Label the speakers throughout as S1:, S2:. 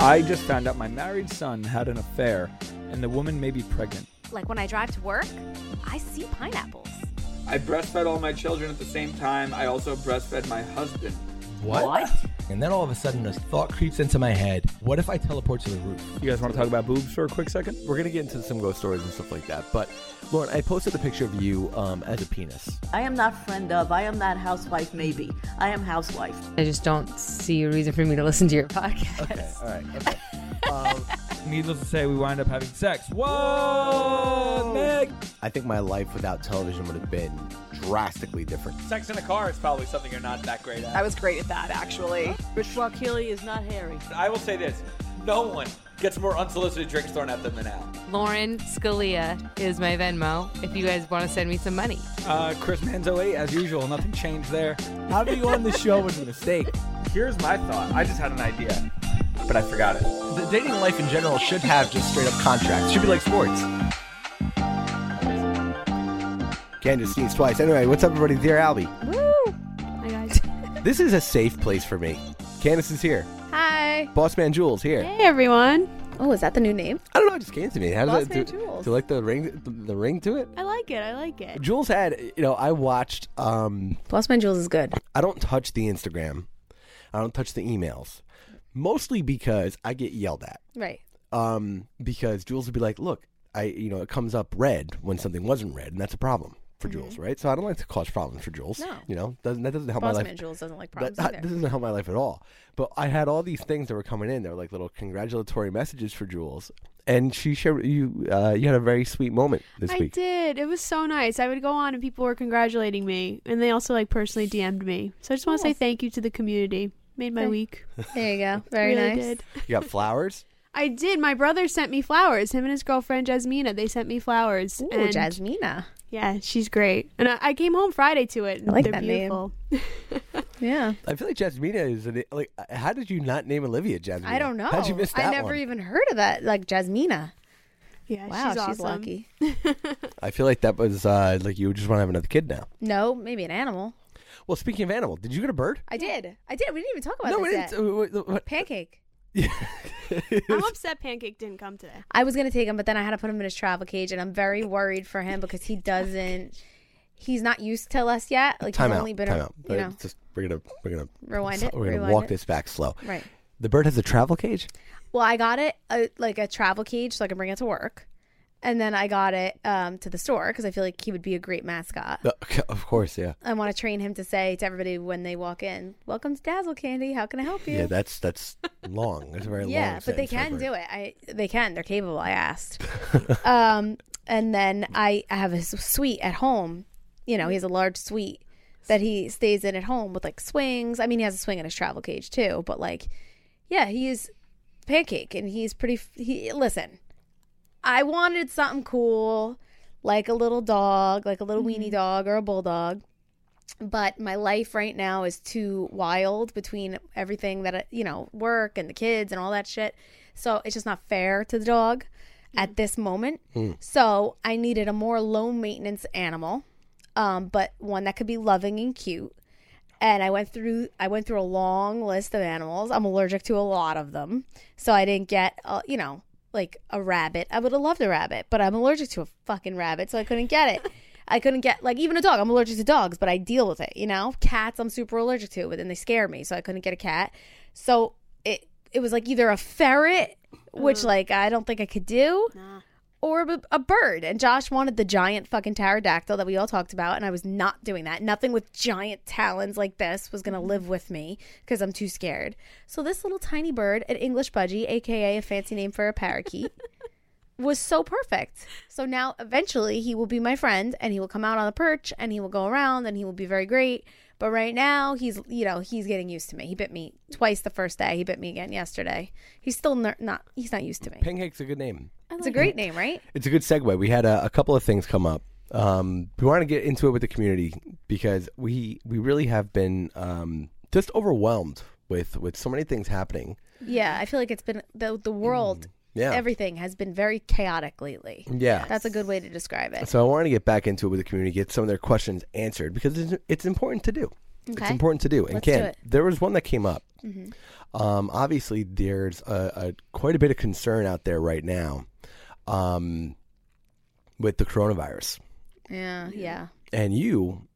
S1: I just found out my married son had an affair, and the woman may be pregnant.
S2: Like when I drive to work, I see pineapples.
S3: I breastfed all my children at the same time. I also breastfed my husband.
S4: What? And then all of a sudden, this thought creeps into my head. What if I teleport to the roof?
S1: You guys want to talk about boobs for a quick second?
S4: We're going to get into some ghost stories and stuff like that. But, Lauren, I posted a picture of you um, as a penis.
S5: I am not friend of. I am not housewife, maybe. I am housewife.
S6: I just don't see a reason for me to listen to your podcast.
S4: Okay, all right. Okay.
S1: Needless to say, we wind up having sex. Whoa, Meg!
S7: I think my life without television would have been drastically different.
S3: Sex in a car is probably something you're not that great at.
S8: I was great at that, actually.
S5: Rich Keeley is not hairy.
S3: I will say this: no one gets more unsolicited drinks thrown at them than Al.
S6: Lauren Scalia is my Venmo if you guys want to send me some money.
S1: Uh, Chris Manzo 8, as usual, nothing changed there.
S4: Having you on the show was a mistake.
S3: Here's my thought: I just had an idea, but I forgot it.
S7: The dating life in general should have just straight up contracts. Should be like sports. Candace sneezed twice. Anyway, what's up, everybody? Dear Albie.
S2: Woo! Hi guys.
S7: This is a safe place for me. Candace is here.
S2: Hi.
S7: Boss Man Jules here.
S2: Hey everyone. Oh, is that the new name?
S7: I don't know. It just came to me. How does
S8: Boss
S7: it
S8: Man
S7: do,
S8: Jules.
S7: do you like the ring? The, the ring to it.
S2: I like it. I like it.
S7: Jules had. You know, I watched. Um,
S6: Plus, my jewels is good.
S7: I don't touch the Instagram. I don't touch the emails, mostly because I get yelled at.
S2: Right.
S7: um, because Jules would be like, "Look, I you know it comes up red when something wasn't red, and that's a problem for Jules, right?" So I don't like to cause problems for Jules.
S2: Mm-hmm. No.
S7: you know doesn't that doesn't help my
S2: Bossman
S7: life. uh,
S2: Jules doesn't like
S7: That,
S2: problems
S7: that
S2: either.
S7: doesn't help my life at all. But I had all these things that were coming in. They were like little congratulatory messages for Jules, and she shared you. Uh, you had a very sweet moment this
S2: I
S7: week.
S2: did. It was so nice. I would go on and people were congratulating me, and they also like personally DM'd me. So I just want to say thank you to the community. Made my week.
S6: There you go. Very
S2: Really
S6: nice.
S2: did.
S7: You got flowers.
S2: I did. My brother sent me flowers. Him and his girlfriend Jasmina. They sent me flowers.
S6: Ooh,
S2: and
S6: Jasmina.
S2: Yeah, she's great. And I, I came home Friday to it. And
S6: I like
S2: they're
S6: that name.
S2: beautiful.
S6: Yeah.
S7: I feel like Jasmina is an, like. How did you not name Olivia Jasmina?
S6: I don't know.
S7: How'd you miss that
S6: I never e-
S7: one?
S6: even heard of that. Like Jasmina.
S2: Yeah,
S6: Wow, she's,
S2: she's, awesome.
S6: lucky.
S7: I feel like that was uh, like you just want to have another kid now.
S6: No, maybe an animal.
S7: Well, speaking of animal, did you get a bird?
S6: I did. I did. We didn't even talk about
S7: no,
S6: this
S7: we
S6: yet.
S7: didn't. uh, wait, wait, what-
S6: Pancake.
S2: I'm upset Pancake didn't come today.
S6: I was gonna take him, but then I had to put him in his travel cage, and I'm very worried for him because he doesn't. He's not used to us yet. Like
S7: time
S6: he's
S7: out.
S6: only been,
S7: time
S6: a-
S7: out.
S6: you
S7: Uh,
S6: know,
S7: Just we're gonna we're gonna
S6: Rewind it,
S7: We're gonna
S6: rewind
S7: walk
S6: it.
S7: this back slow.
S6: right.
S7: The bird has a travel cage.
S6: Well, I got it a, like a travel cage so I can bring it to work. And then I got it um, to the store because I feel like he would be a great mascot.
S7: Uh, of course, yeah,
S6: I want to train him to say to everybody when they walk in, Welcome to Dazzle Candy. How can I help you?
S7: yeah. That's that's long. That's a very long.
S6: Yeah, but they
S7: sentence for a
S6: can
S7: bird.
S6: do it. I They can. They're capable. I asked. um, and then I I have a s- suite at home. You know, he has a large suite that he stays in at home with like swings. I mean, he has a swing in his travel cage too, but like, yeah, he is pancake and he's pretty. f- He listen, I wanted something cool like a little dog, like a little weenie dog or a bulldog. But my life right now is too wild between everything that I- you know, work and the kids and all that shit. So it's just not fair to the dog at this moment. So I needed a more low maintenance animal, um, but one that could be loving and cute. And I went through I went through a long list of animals. I'm allergic to a lot of them, so I didn't get uh, you know like a rabbit. I would have loved a rabbit, but I'm allergic to a fucking rabbit, so I couldn't get it. I couldn't get like even a dog. I'm allergic to dogs, but I deal with it. You know, cats I'm super allergic to, but then they scare me, so I couldn't get a cat. So it it was like either a ferret, which like I don't think I could do, or a, a bird. And Josh wanted the giant fucking pterodactyl that we all talked about, and I was not doing that. Nothing with giant talons like this was gonna live with me because I'm too scared. So this little tiny bird, an English budgie, aka a fancy name for a parakeet. was so perfect. So now eventually he will be my friend and he will come out on the perch and he will go around and he will be very great. But right now he's, you know, he's getting used to me. He bit me twice the first day. He bit me again yesterday. He's still ner- not, he's not used to me.
S7: Pancakes a good name.
S6: It's a great name, right?
S7: It's a good segue. We had a, a couple of things come up. Um, we want to get into it with the community because we we really have been um, just overwhelmed with with so many things happening.
S6: Yeah. I feel like it's been the, the world,
S7: Mm, Yeah.
S6: everything has been very chaotic lately.
S7: Yeah.
S6: That's a good way to describe it.
S7: So I wanted to get back into it with the community, get some of their questions answered because it's, it's important to do. It's
S6: Okay.
S7: important to do. And
S6: Let's do
S7: Ken,
S6: it. Mm-hmm.
S7: there was one that came up. Um, obviously, there's a, a quite a bit of concern out there right now um, with the coronavirus,
S6: Yeah. Yeah.
S7: and you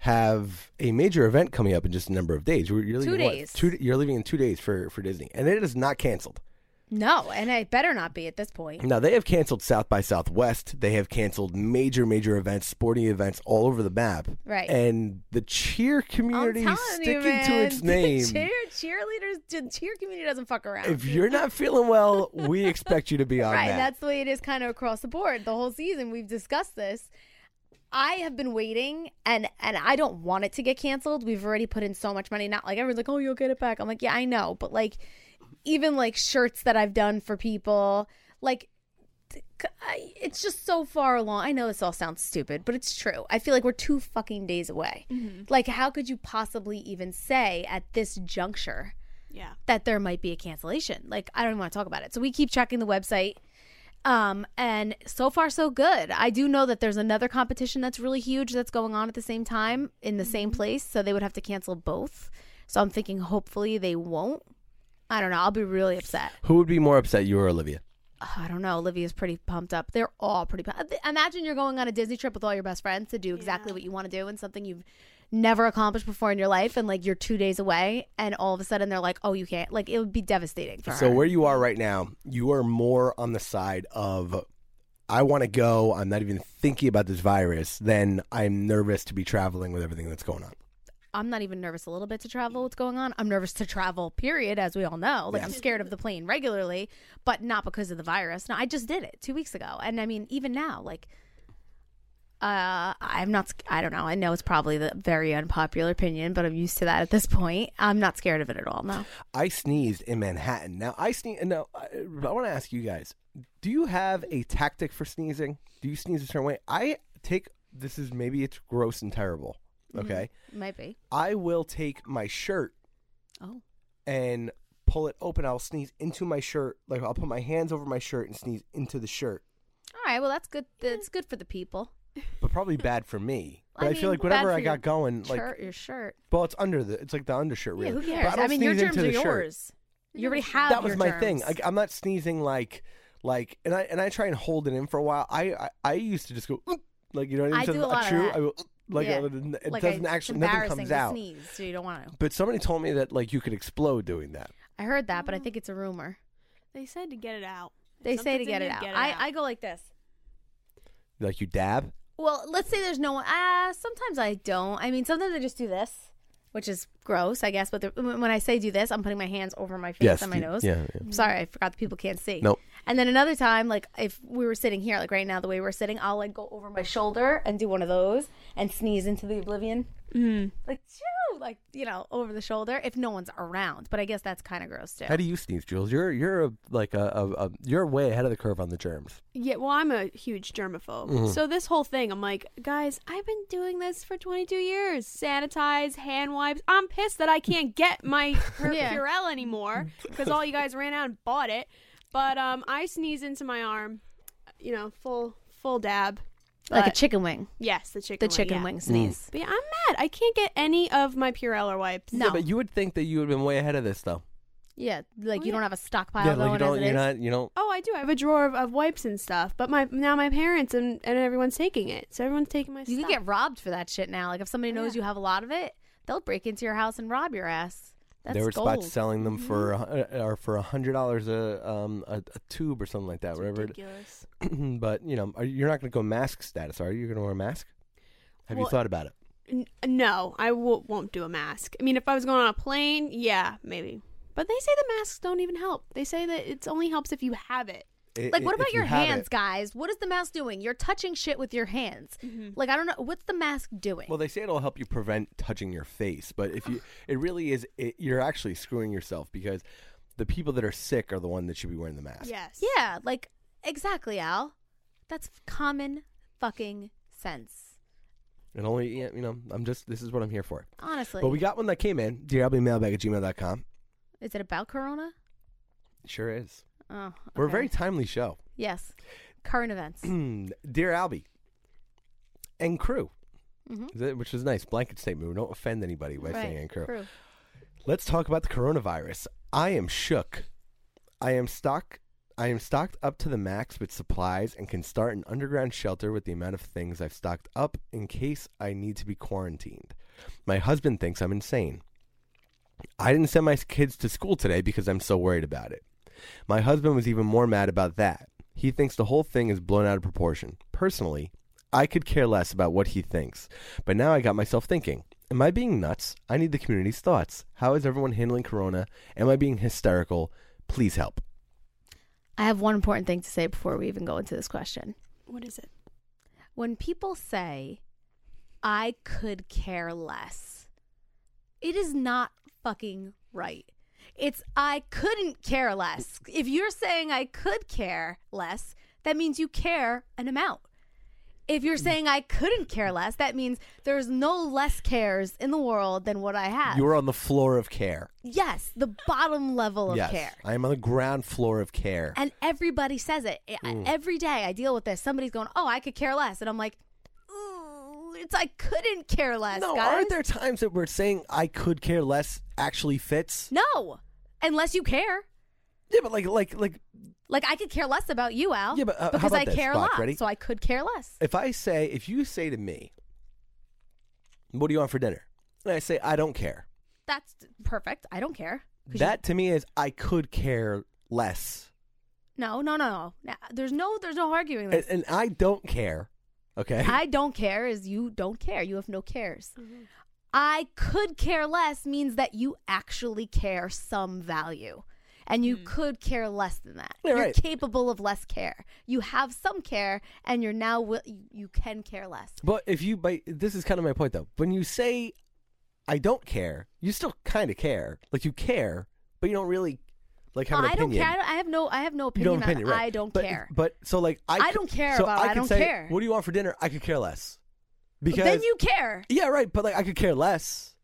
S7: have a major event coming up in just a number of days. You're, you're
S6: Two
S7: leaving, what,
S6: days.
S7: two, you're leaving in two days for for Disney, and it is not canceled.
S6: No. And I better not be at this point.
S7: Now they have canceled South by Southwest. They have canceled major, major events, sporting events all over the map.
S6: Right.
S7: And the cheer community
S6: I'm telling
S7: sticking
S6: you, man.
S7: to its
S6: cheer
S7: name.
S6: cheerleaders, the cheer community doesn't fuck around.
S7: if you're not feeling well, we expect you to be on
S6: right,
S7: that.
S6: that's the way it is kind of across the board. The whole season we've discussed this. I have been waiting and and I don't want it to get canceled. We've already put in so much money. Not like everyone's like, "Oh, you'll get it back." I'm like, "Yeah, I know." But like even like shirts that I've done for people, like t- c- I- it's just so far along. I know this all sounds stupid, but it's true. I feel like we're two fucking days away. Like how could you possibly even say at this juncture
S2: Yeah.
S6: that there might be a cancellation. Like I don't even want to talk about it. So we keep checking the website. Um, and so far so good. I do know that there's another competition that's really huge that's going on at the same time in the same place, so they would have to cancel both. So I'm thinking hopefully they won't. I don't know. I'll be really upset.
S7: Who would be more upset, you or Olivia?
S6: Oh, I don't know. Olivia's pretty pumped up. They're all pretty pumped. Imagine you're going on a Disney trip with all your best friends to do exactly what you want to do and something you've never accomplished before in your life, and like you're two days away, and all of a sudden they're like, "Oh, you can't." Like it would be devastating for
S7: So
S6: her.
S7: where you are right now, you are more on the side of I want to go. I'm not even thinking about this virus. Then I'm nervous to be traveling with everything that's going on.
S6: I'm not even nervous a little bit to travel. What's going on? I'm nervous to travel. Period. As we all know, like I'm scared of the plane regularly, but not because of the virus. No, I just did it two weeks ago, and I mean, even now, like uh, I'm not. sc- I don't know. I know it's probably the very unpopular opinion, but I'm used to that at this point. I'm not scared of it at all. No.
S7: I sneezed in Manhattan. Now I sneeze. Now I, I want to ask you guys: Do you have a tactic for sneezing? Do you sneeze a certain way? I take this is maybe it's gross and terrible.
S6: Mm-hmm.
S7: Okay,
S6: Might be.
S7: I will take my shirt
S6: Oh.
S7: and pull it open. I'll sneeze into my shirt. Like I'll put my hands over my shirt and sneeze into the shirt.
S6: All right. Well, that's good. That's good for the people.
S7: But probably bad for me. But I,
S6: I mean,
S7: feel like
S6: bad
S7: whatever
S6: for
S7: I
S6: your
S7: got going, like
S6: Shirt, your shirt.
S7: well, it's under the it's like the undershirt. Really,
S6: Yeah. Who
S7: But
S6: cares? I,
S7: don't
S6: mean, your
S7: sneeze
S6: germs
S7: into
S6: are
S7: the shirt.
S6: yours. You already have.
S7: that was
S6: your
S7: my
S6: germs.
S7: thing. Like I'm not sneezing like like and I and I try and hold it in for a while. I I, I used to just go "Oop," like you know what I mean?
S6: I
S7: So
S6: do
S7: it's
S6: a
S7: not
S6: lot of
S7: true.
S6: that.
S7: I go "Oop," like
S6: Yeah.
S7: uh, it
S6: Like,
S7: doesn't
S6: I-
S7: actually nothing comes
S6: to
S7: out.
S6: Sneeze, so you don't want to.
S7: But somebody told me that like you could explode doing that.
S6: I heard that, but I think it's a rumor.
S2: They said to get it out. If
S6: They say to
S2: something's in
S6: get
S2: you,
S6: it out. I, I go like this.
S7: Like you dab.
S6: Well, let's say there's no one. Ah, sometimes I don't. I mean, sometimes I just do this, which is gross, I guess. But the, when when I say do this, I'm putting my hands over my face
S7: Yes,
S6: and my
S7: you-
S6: nose.
S7: yeah, yeah.
S6: I'm sorry, I forgot the people can't see.
S7: Mm-hmm. Nope.
S6: And then another time, like if we were sitting here, like right now, the way we're sitting, I'll like go over my shoulder and do one of those and sneeze into the oblivion.
S7: Mm-hmm.
S6: Mm. Like, shoo, like you know, over the shoulder if no one's around. But I guess that's kind of gross too.
S7: How do you sneeze, Jules? You're you're a, like a, a, a you're way ahead of the curve on the germs.
S2: Yeah, well, I'm a huge germaphobe.
S7: Mm-hmm.
S2: So this whole thing, I'm like, guys, I've been doing this for 22 years. Sanitize, hand wipes. I'm pissed that I can't get my Her
S6: Yeah.
S2: Purell anymore because all you guys ran out and bought it. But um, I sneeze into my arm, you know, full full dab.
S6: like a
S2: But-
S6: chicken wing,
S2: Yes, the chicken.
S6: the
S2: wing,
S6: chicken
S2: yeah.
S6: wing
S7: Mm-hmm.
S6: sneeze.
S2: But yeah, I'm mad. I can't get any of my Purell or wipes.
S6: No.
S7: Yeah, but you would think that you would have been way ahead of this though.
S6: Yeah, like
S2: Oh,
S6: you
S2: yeah.
S6: don't have a stockpile
S7: yeah,
S6: going
S7: like you don't
S6: as it
S7: you're
S6: is.
S7: not you don't
S2: Oh, I I do. I have a drawer of, of wipes and stuff. But my now my parents and, and everyone's taking it. So everyone's taking my
S6: You
S2: stuff.
S6: can get robbed for that shit now. Like if somebody knows you have a lot of it, they'll break into your house and rob your ass. That's
S7: there were
S6: gold. Mm-hmm.
S7: spots selling them for a hun- uh, or for a hundred dollars a um a, a tube or something like that, whatever. it-
S2: ridiculous.
S7: but you know, are, you're not going to go mask status, are you? You're going to wear a mask. Have you
S2: Well-
S7: thought about it?
S2: N- no, I w- won't do a mask. I mean, if I was going on a plane, yeah, maybe. But they say the masks don't even help. They say that it only helps if you have it.
S7: I-
S6: Like
S7: i-
S6: what
S7: if
S6: about
S7: you
S6: your
S7: have
S6: hands,
S7: it-
S6: guys? What is the mask doing? You're touching shit with your hands. Like I don't know what's the mask doing.
S7: Well, they say it'll help you prevent touching your face, but if you, it really is. It, you're actually screwing yourself because the people that are sick are the one that should be wearing the mask.
S2: Yes.
S6: yeah, like exactly, Al. That's common fucking sense.
S7: And only yeah, you know, I'm just. This is what I'm here for.
S6: Honestly.
S7: But we got one that came in. DRBmailbag at gmail.com.
S6: is it about corona?
S7: Sure is.
S6: Oh.
S7: We're a
S6: okay.
S7: very timely show.
S6: Yes. Current events.
S7: Dear Albie and crew,
S6: Mm-hmm.
S7: Th- which was nice. Blanket statement. We don't offend anybody by saying and crew.
S6: True.
S7: Let's talk about the coronavirus. I am shook. I am stock. I am stocked up to the max with supplies and can start an underground shelter with the amount of things I've stocked up in case I need to be quarantined. My husband thinks I'm insane. I didn't send my kids to school today because I'm so worried about it. My husband was even more mad about that. He thinks the whole thing is blown out of proportion. Personally, I could care less about what he thinks, but now I got myself thinking. Am I being nuts? I need the community's thoughts. How is everyone handling corona? Am I being hysterical? Please help.
S6: I have one important thing to say before we even go into this question.
S2: What is it?
S6: When people say, I could care less, it is not fucking right. It's, I couldn't care less. If you're saying I could care less, that means you care an amount. If
S7: Mm.
S6: you're saying I couldn't care less, that means there's no less cares in the world than what I have.
S7: You're on the floor of care.
S6: yes, the bottom level of
S7: yes.
S6: care.
S7: I am on the ground floor of care.
S6: And everybody says it I- I-
S7: Mm.
S6: every day. I deal with this. Somebody's going, "Oh, I could care less," and I'm like, "Ooh, "It's I couldn't care less,
S7: no,
S6: guys."
S7: aren't there times that we're saying I could care less actually fits?
S6: No, unless you care.
S7: Yeah, but like, like, like,
S6: Like I could care less about you, Al.
S7: Yeah, but, uh, how
S6: because
S7: about
S6: I
S7: this,
S6: care a
S7: Fox?
S6: lot,
S7: Ready?
S6: so I could care less.
S7: if I say, if you say to me, "What do you want for dinner?" and I say, "I don't care,"
S6: That's perfect. I don't care. 'Cause you-
S7: that to me is I could care less,
S6: no, no, no, no. Nah, There's no, there's no arguing
S7: and,
S6: this.
S7: and I don't care. Okay,
S6: I don't care is you don't care. You have no cares. I could care less means that you actually care some value. And you could care less than that.
S7: Yeah,
S6: you're
S7: right.
S6: capable of less care. You have some care, and you're now wi- you, you can care less.
S7: But if you, but this is kind of my point though. When you say, "I don't care," you still kind of care. Like you care, but you don't really like have
S6: I
S7: an
S6: don't
S7: opinion.
S6: care. I don't- I have no. I have no
S7: You
S6: opinion.
S7: don't have an opinion,
S6: on, it.
S7: right?
S6: I don't
S7: But-
S6: care.
S7: But so like I,
S6: I
S7: c-
S6: don't care
S7: so
S6: about-
S7: I,
S6: I
S7: could
S6: don't
S7: say,
S6: care.
S7: What do you want for dinner? I could care less. Because
S6: then you care.
S7: yeah, right. But like I could care less.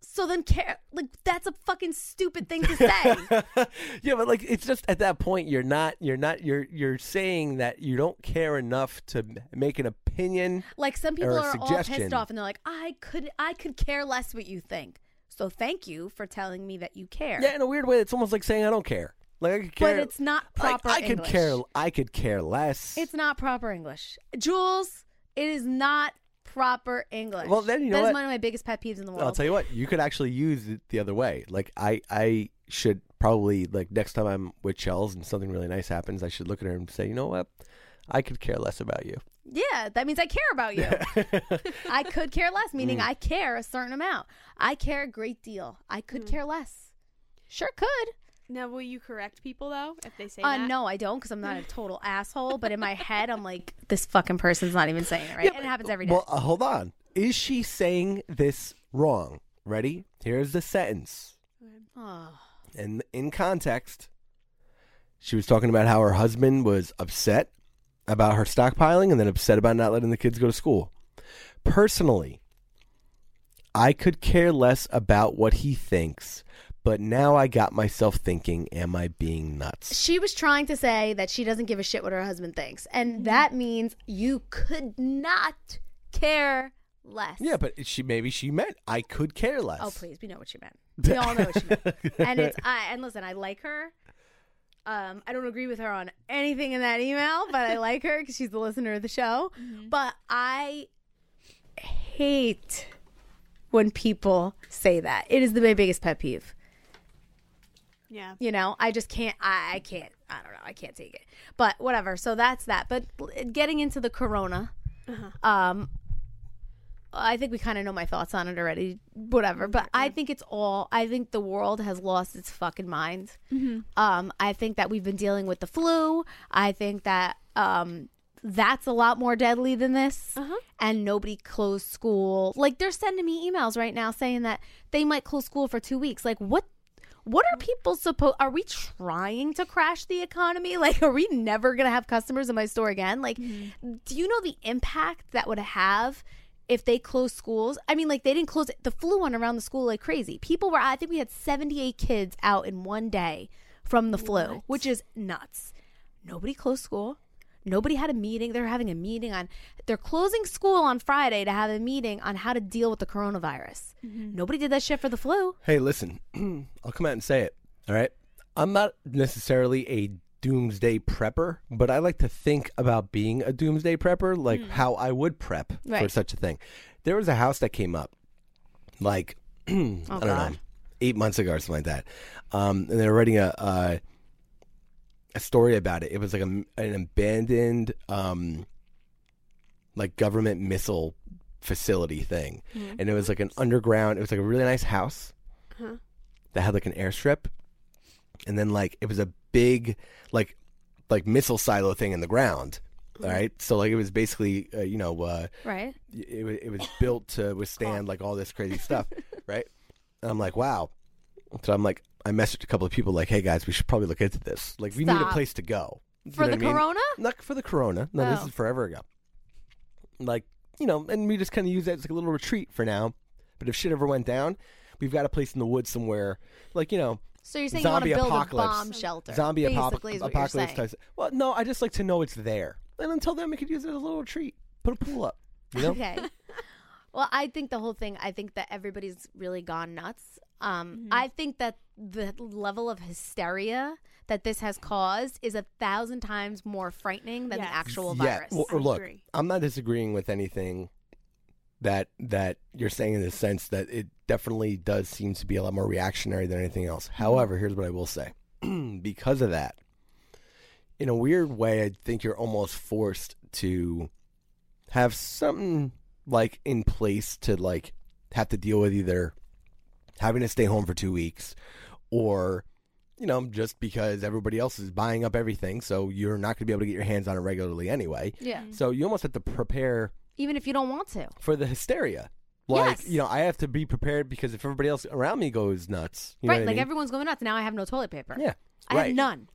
S6: So then care. Like that's a fucking stupid thing to say.
S7: yeah, but like it's just at that point you're not you're not you're you're saying that you don't care enough to m- make an opinion.
S6: Like some people
S7: Or a
S6: are all pissed
S7: suggestion.
S6: off and they're like, I could I could care less what you think. So thank you for telling me that you care.
S7: Yeah, in a weird way, it's almost like saying I don't care. Like I could
S6: But
S7: care.
S6: it's not
S7: like,
S6: proper
S7: I could
S6: English.
S7: care. I could care less.
S6: It's not proper English. Jules, it is not proper English.
S7: Well, then you know
S6: That is
S7: what?
S6: one of my biggest pet peeves in the world.
S7: I'll tell you what. You could actually use it the other way. Like I, I should probably like next time I'm with Chels and something really nice happens, I should look at her and say, you know what, I could care less about you.
S6: Yeah, that means I care about you. I could care less, meaning
S7: Mm.
S6: I care a certain amount. I care a great deal. I could
S7: Mm.
S6: care less. Sure could.
S2: Now, will you correct people though if they say
S6: Uh,
S2: that?
S6: no, I don't, because I'm not a total asshole. But in my head, I'm like, this fucking person's not even saying it right,
S7: Yeah,
S6: and
S7: but-
S6: it happens every day.
S7: Well, uh, hold on. Is she saying this wrong? Ready? Here's the sentence.
S6: Oh.
S7: And in context, she was talking about how her husband was upset about her stockpiling and then upset about not letting the kids go to school. Personally, I could care less about what he thinks, but now I got myself thinking, am I being nuts?
S6: She was trying to say that she doesn't give a shit what her husband thinks,
S2: Mm-hmm.
S6: and that means you could not care less.
S7: Yeah, but she maybe she meant I could care less.
S6: Oh please, we know what she meant. We all know what she meant. And it's I and listen, I like her, Um, I don't agree with her on anything in that email, but I like her because she's the listener of the show. But I hate when people say that. It is the, my biggest pet peeve.
S2: Yeah.
S6: You know, I just can't. I, I can't. I don't know. I can't take it. But whatever. So that's that. But l- getting into the corona, um, I think we kind of know my thoughts on it already. Whatever. But I think it's all. I think the world has lost its fucking mind. Um, I think that we've been dealing with the flu. I think that um, that's a lot more deadly than this. And nobody closed school. Like they're sending me emails right now saying that they might close school for two weeks. Like what? What are people supposed? Are we trying to crash the economy? Like, are we never gonna have customers in my store again? Like, do you know the impact that would have if they closed schools? I mean, like they didn't close it. The flu went around the school like crazy. People were. I think we had seventy-eight kids out in one day from the flu, which is nuts. Nobody closed school. Nobody had a meeting. They're having a meeting on. They're closing school on Friday to have a meeting on how to deal with the coronavirus. Nobody did that shit for the flu.
S7: Hey, listen, I'll come out and say it. All right. I'm not necessarily a doomsday prepper, but I like to think about being a doomsday prepper, like how I would prep for
S6: Hmm. Right.
S7: such a thing. There was a house that came up, like, I don't know,
S6: Oh, God.
S7: eight months ago or something like that. Um, and they were writing a, a, a story about it. It was like a, an abandoned, um, like government missile facility thing.
S6: Hmm.
S7: And it was like an underground, it was like a really nice house that had like an airstrip, and then like it was a big like like missile silo thing in the ground.
S6: Mm-hmm.
S7: All right, so like it was basically uh, you know uh,
S6: Right.
S7: y- it wa- it was built to withstand like all this crazy stuff, right? And I'm like, wow. So I'm like, I messaged a couple of people like, hey guys, we should probably look into this. Like we need a
S6: Stop.
S7: place to go You
S6: For
S7: know
S6: the
S7: what I mean?
S6: corona?
S7: Not for the corona. No, this
S6: Oh.
S7: is forever ago. Like you know, and we just kind of use that as like a little retreat for now. But if shit ever went down, we've got a place in the woods somewhere, like you know,
S6: So you're saying
S7: zombie
S6: you want to build
S7: apocalypse.
S6: a bomb shelter.
S7: Zombie
S6: basically
S7: apoc-
S6: is what
S7: apocalypse.
S6: you're saying.
S7: types- Well, no, I just like to know it's there, and until then, we could use it as a little treat. Put a pool up. You know?
S6: Okay. well, I think the whole thing. I think that everybody's really gone nuts. Um, I think that the level of hysteria that this has caused is a thousand times more frightening than
S2: Yes.
S6: the actual
S7: Yeah.
S6: virus.
S7: Well, er,
S2: I
S7: look,
S2: agree.
S7: I'm not disagreeing with anything that that you're saying in the sense that it definitely does seem to be a lot more reactionary than anything else.
S2: Mm-hmm.
S7: However, here's what I will say: because of that, in a weird way, I think you're almost forced to have something like in place to like have to deal with either having to stay home for two weeks or you know just because everybody else is buying up everything so you're not going to be able to get your hands on it regularly anyway
S6: yeah.
S7: so you almost have to prepare
S6: Even if you don't want to.
S7: for the hysteria. Like,
S6: Yes.
S7: you know, I have to be prepared because if everybody else around me goes nuts, you know
S6: right.
S7: what I
S6: Like
S7: mean?
S6: everyone's going nuts. Now I have no toilet paper.
S7: Yeah.
S6: I
S7: right. Mm-hmm.
S6: have none.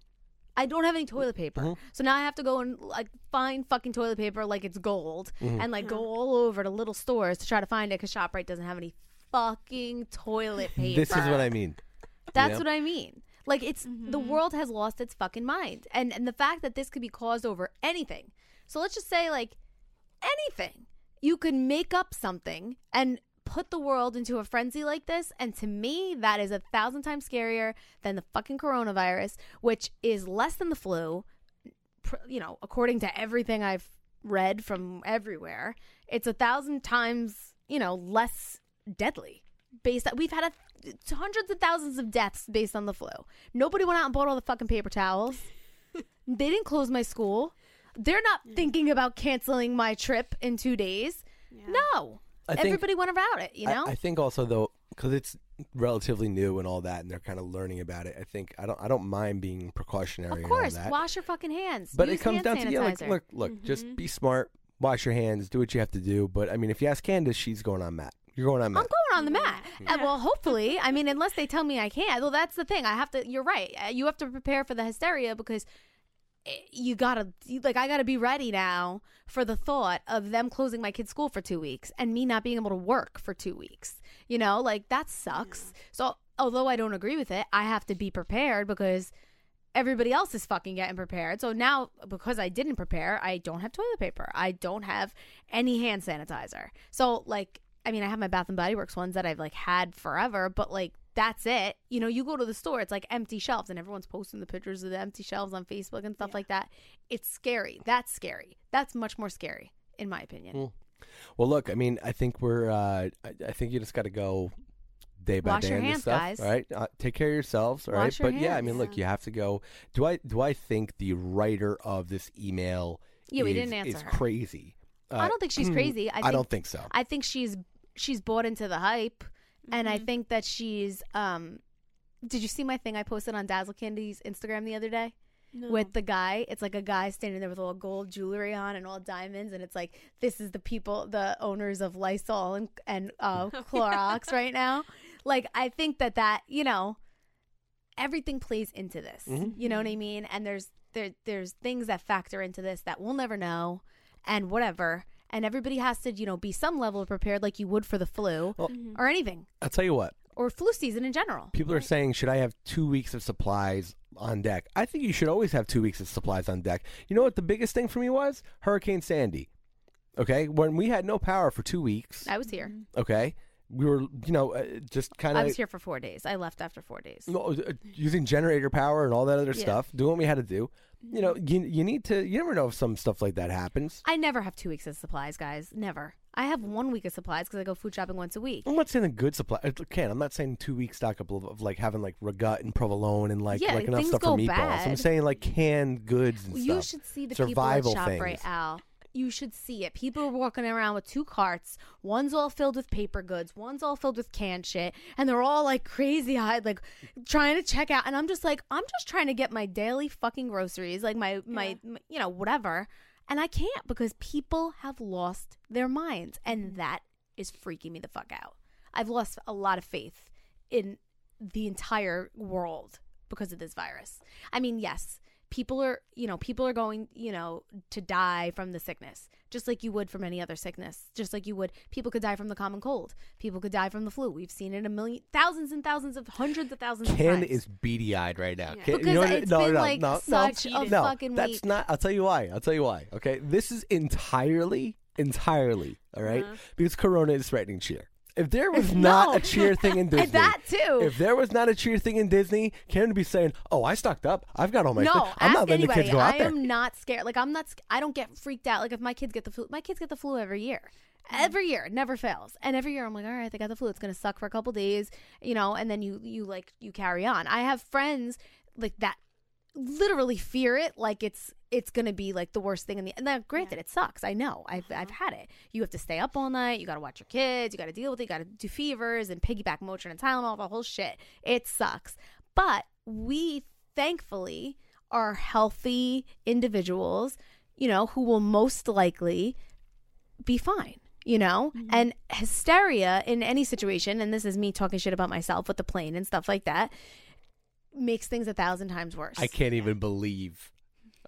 S6: I don't have any toilet paper. So now I have to go and like find fucking toilet paper like it's gold
S7: Mm-hmm.
S6: and like go all over to little stores to try to find it cuz ShopRite doesn't have any fucking toilet paper.
S7: This is what I mean.
S6: That's
S7: know?
S6: what I mean. Like it's the world has lost its fucking mind. And and the fact that this could be caused over anything. So let's just say like anything. You could make up something and put the world into a frenzy like this. And to me, that is a thousand times scarier than the fucking coronavirus, which is less than the flu. pr- You know, according to everything I've read from everywhere, it's a thousand times, you know, less deadly. Based on, we've had a, hundreds of thousands of deaths based on the flu. Nobody went out and bought all the fucking paper towels. they didn't close my school. They're not thinking about canceling my trip in two days. No.
S7: I think-
S6: Everybody went around it, you
S7: I-
S6: know?
S7: I, think also though, because it's relatively new and all that, and they're kind of learning about it. I think I don't. I don't mind being precautionary.
S6: of course.
S7: and all that.
S6: Wash your fucking hands.
S7: But
S6: Use
S7: it comes
S6: hand
S7: down
S6: sanitizer. Mm-hmm.
S7: to yeah, like, look, look, just be smart, wash your hands, do what you have to do. But I mean, if you ask Candace, she's going on Matt. You're going on
S6: I'm
S7: Matt.
S6: going on the mat. Uh, well, hopefully, I mean, unless they tell me I can't. Well, that's the thing. I have to. You're right. Uh, You have to prepare for the hysteria because eh, you gotta you- like I gotta be ready now for the thought of them closing my kid's school for two weeks and me not being able to work for two weeks. You know, like that sucks. So although I don't agree with it, I have to be prepared because everybody else is fucking getting prepared. So now, because I didn't prepare, I don't have toilet paper. I don't have any hand sanitizer. So, like, I mean, I have my Bath and Body Works ones that I've like had forever, but like that's it. You know, you go to the store, it's like empty shelves, and everyone's posting the pictures of the empty shelves on Facebook and stuff like that. It's scary. That's scary. That's much more scary, in my opinion.
S7: Well, look, I mean, I think we're, uh, I, I think you just got to go day by
S6: Wash
S7: day
S6: your
S7: in this
S6: hands,
S7: stuff,
S6: guys.
S7: all right? Uh, take care of yourselves, all right?
S6: Wash your
S7: but yeah, I
S6: hands.
S7: mean, look, you have to go. Do I do I think the writer of this email
S6: Yeah, we
S7: is,
S6: didn't answer
S7: is
S6: her.
S7: crazy? Uh, mm,
S6: I don't think she's crazy. I,
S7: I,
S6: think,
S7: don't think so.
S6: I think she's she's bought into the hype,
S2: Mm-hmm.
S6: and I think that she's. um Did you see my thing I posted on Dazzle Candy's Instagram the other day? With the guy, it's like a guy standing there with all gold jewelry on and all diamonds, and it's like this is the people, the owners of Lysol and and uh, Clorox right now. Like I think that that you know everything plays into this. You know what I mean? And there's there there's things that factor into this that we'll never know and whatever. And everybody has to, you know, be some level prepared like you would for the flu or anything.
S7: I'll tell you what.
S6: Or flu season in general.
S7: People are saying, should I have two weeks of supplies on deck? I think you should always have two weeks of supplies on deck. You know what the biggest thing for me was? Hurricane Sandy. Okay, when we had no power for two weeks.
S6: I was here.
S7: Okay, we were, you know, uh, just kind
S6: I
S7: of
S6: was here for four days. I left after four days.
S7: No, uh, using generator power and all that other stuff, doing what we had to do. You know, you, you need to. You never know if some stuff like that happens.
S6: I never have two weeks of supplies, guys. Never. I have one week of supplies because I go food shopping once a week.
S7: I'm not saying a good supply. I can I'm not saying two week stock up of, of like having like ragut and provolone and like
S6: Yeah,
S7: like enough
S6: things
S7: stuff
S6: go
S7: for meatballs. I'm
S6: bad.
S7: saying like canned goods and
S6: You
S7: stuff.
S6: should see the
S7: survival
S6: people at
S7: things.
S6: ShopRite, Al. You should see it. People are walking around with two carts. One's all filled with paper goods. One's all filled with canned shit. And they're all like crazy eyed, like trying to check out. And I'm just like, I'm just trying to get my daily fucking groceries, like my, my, my you know, whatever. And I can't because people have lost their minds. And that is freaking me the fuck out. I've lost a lot of faith in the entire world because of this virus. I mean, yes, people are, you know, people are going, you know, to die from the sickness, just like you would from any other sickness, just like you would. People could die from the common cold. People could die from the flu. We've seen it a million, thousands and thousands of hundreds of thousands of
S7: Ken
S6: times.
S7: is beady eyed right now.
S2: Yeah.
S7: Ken,
S6: Because it's been, like, such a
S7: no,
S6: fucking
S7: That's
S6: week.
S7: not. I'll tell you why. I'll tell you why. Okay, this is entirely, entirely all right? because Corona is threatening cheer. If there was not
S6: Uh-huh. No.
S7: a cheer thing in
S6: And
S7: Disney,
S6: that too.
S7: If there was not a cheer thing in Disney, Ken would be saying, "Oh, I stocked up. I've got all my.
S6: no,
S7: stuff. I'm
S6: ask
S7: not letting
S6: anybody.
S7: the kids go
S6: I
S7: out there."
S6: am not scared. Like I'm not. sc- I don't get freaked out. Like if my kids get the flu, my kids get the flu every year. Every year, it never fails. And every year, I'm like, all right, they got the flu. It's gonna suck for a couple days, you know. And then you you like you carry on. I have friends like that literally fear it like it's it's gonna be like the worst thing in the and now granted it sucks i know i've i've had it you have to stay up all night you gotta watch your kids you gotta deal with it you gotta do fevers and piggyback motrin and tylenol the whole shit it sucks but we thankfully are healthy individuals you know who will most likely be fine you know and hysteria in any situation and this is me talking shit about myself with the plane and stuff like that makes things a thousand times worse
S7: I can't even believe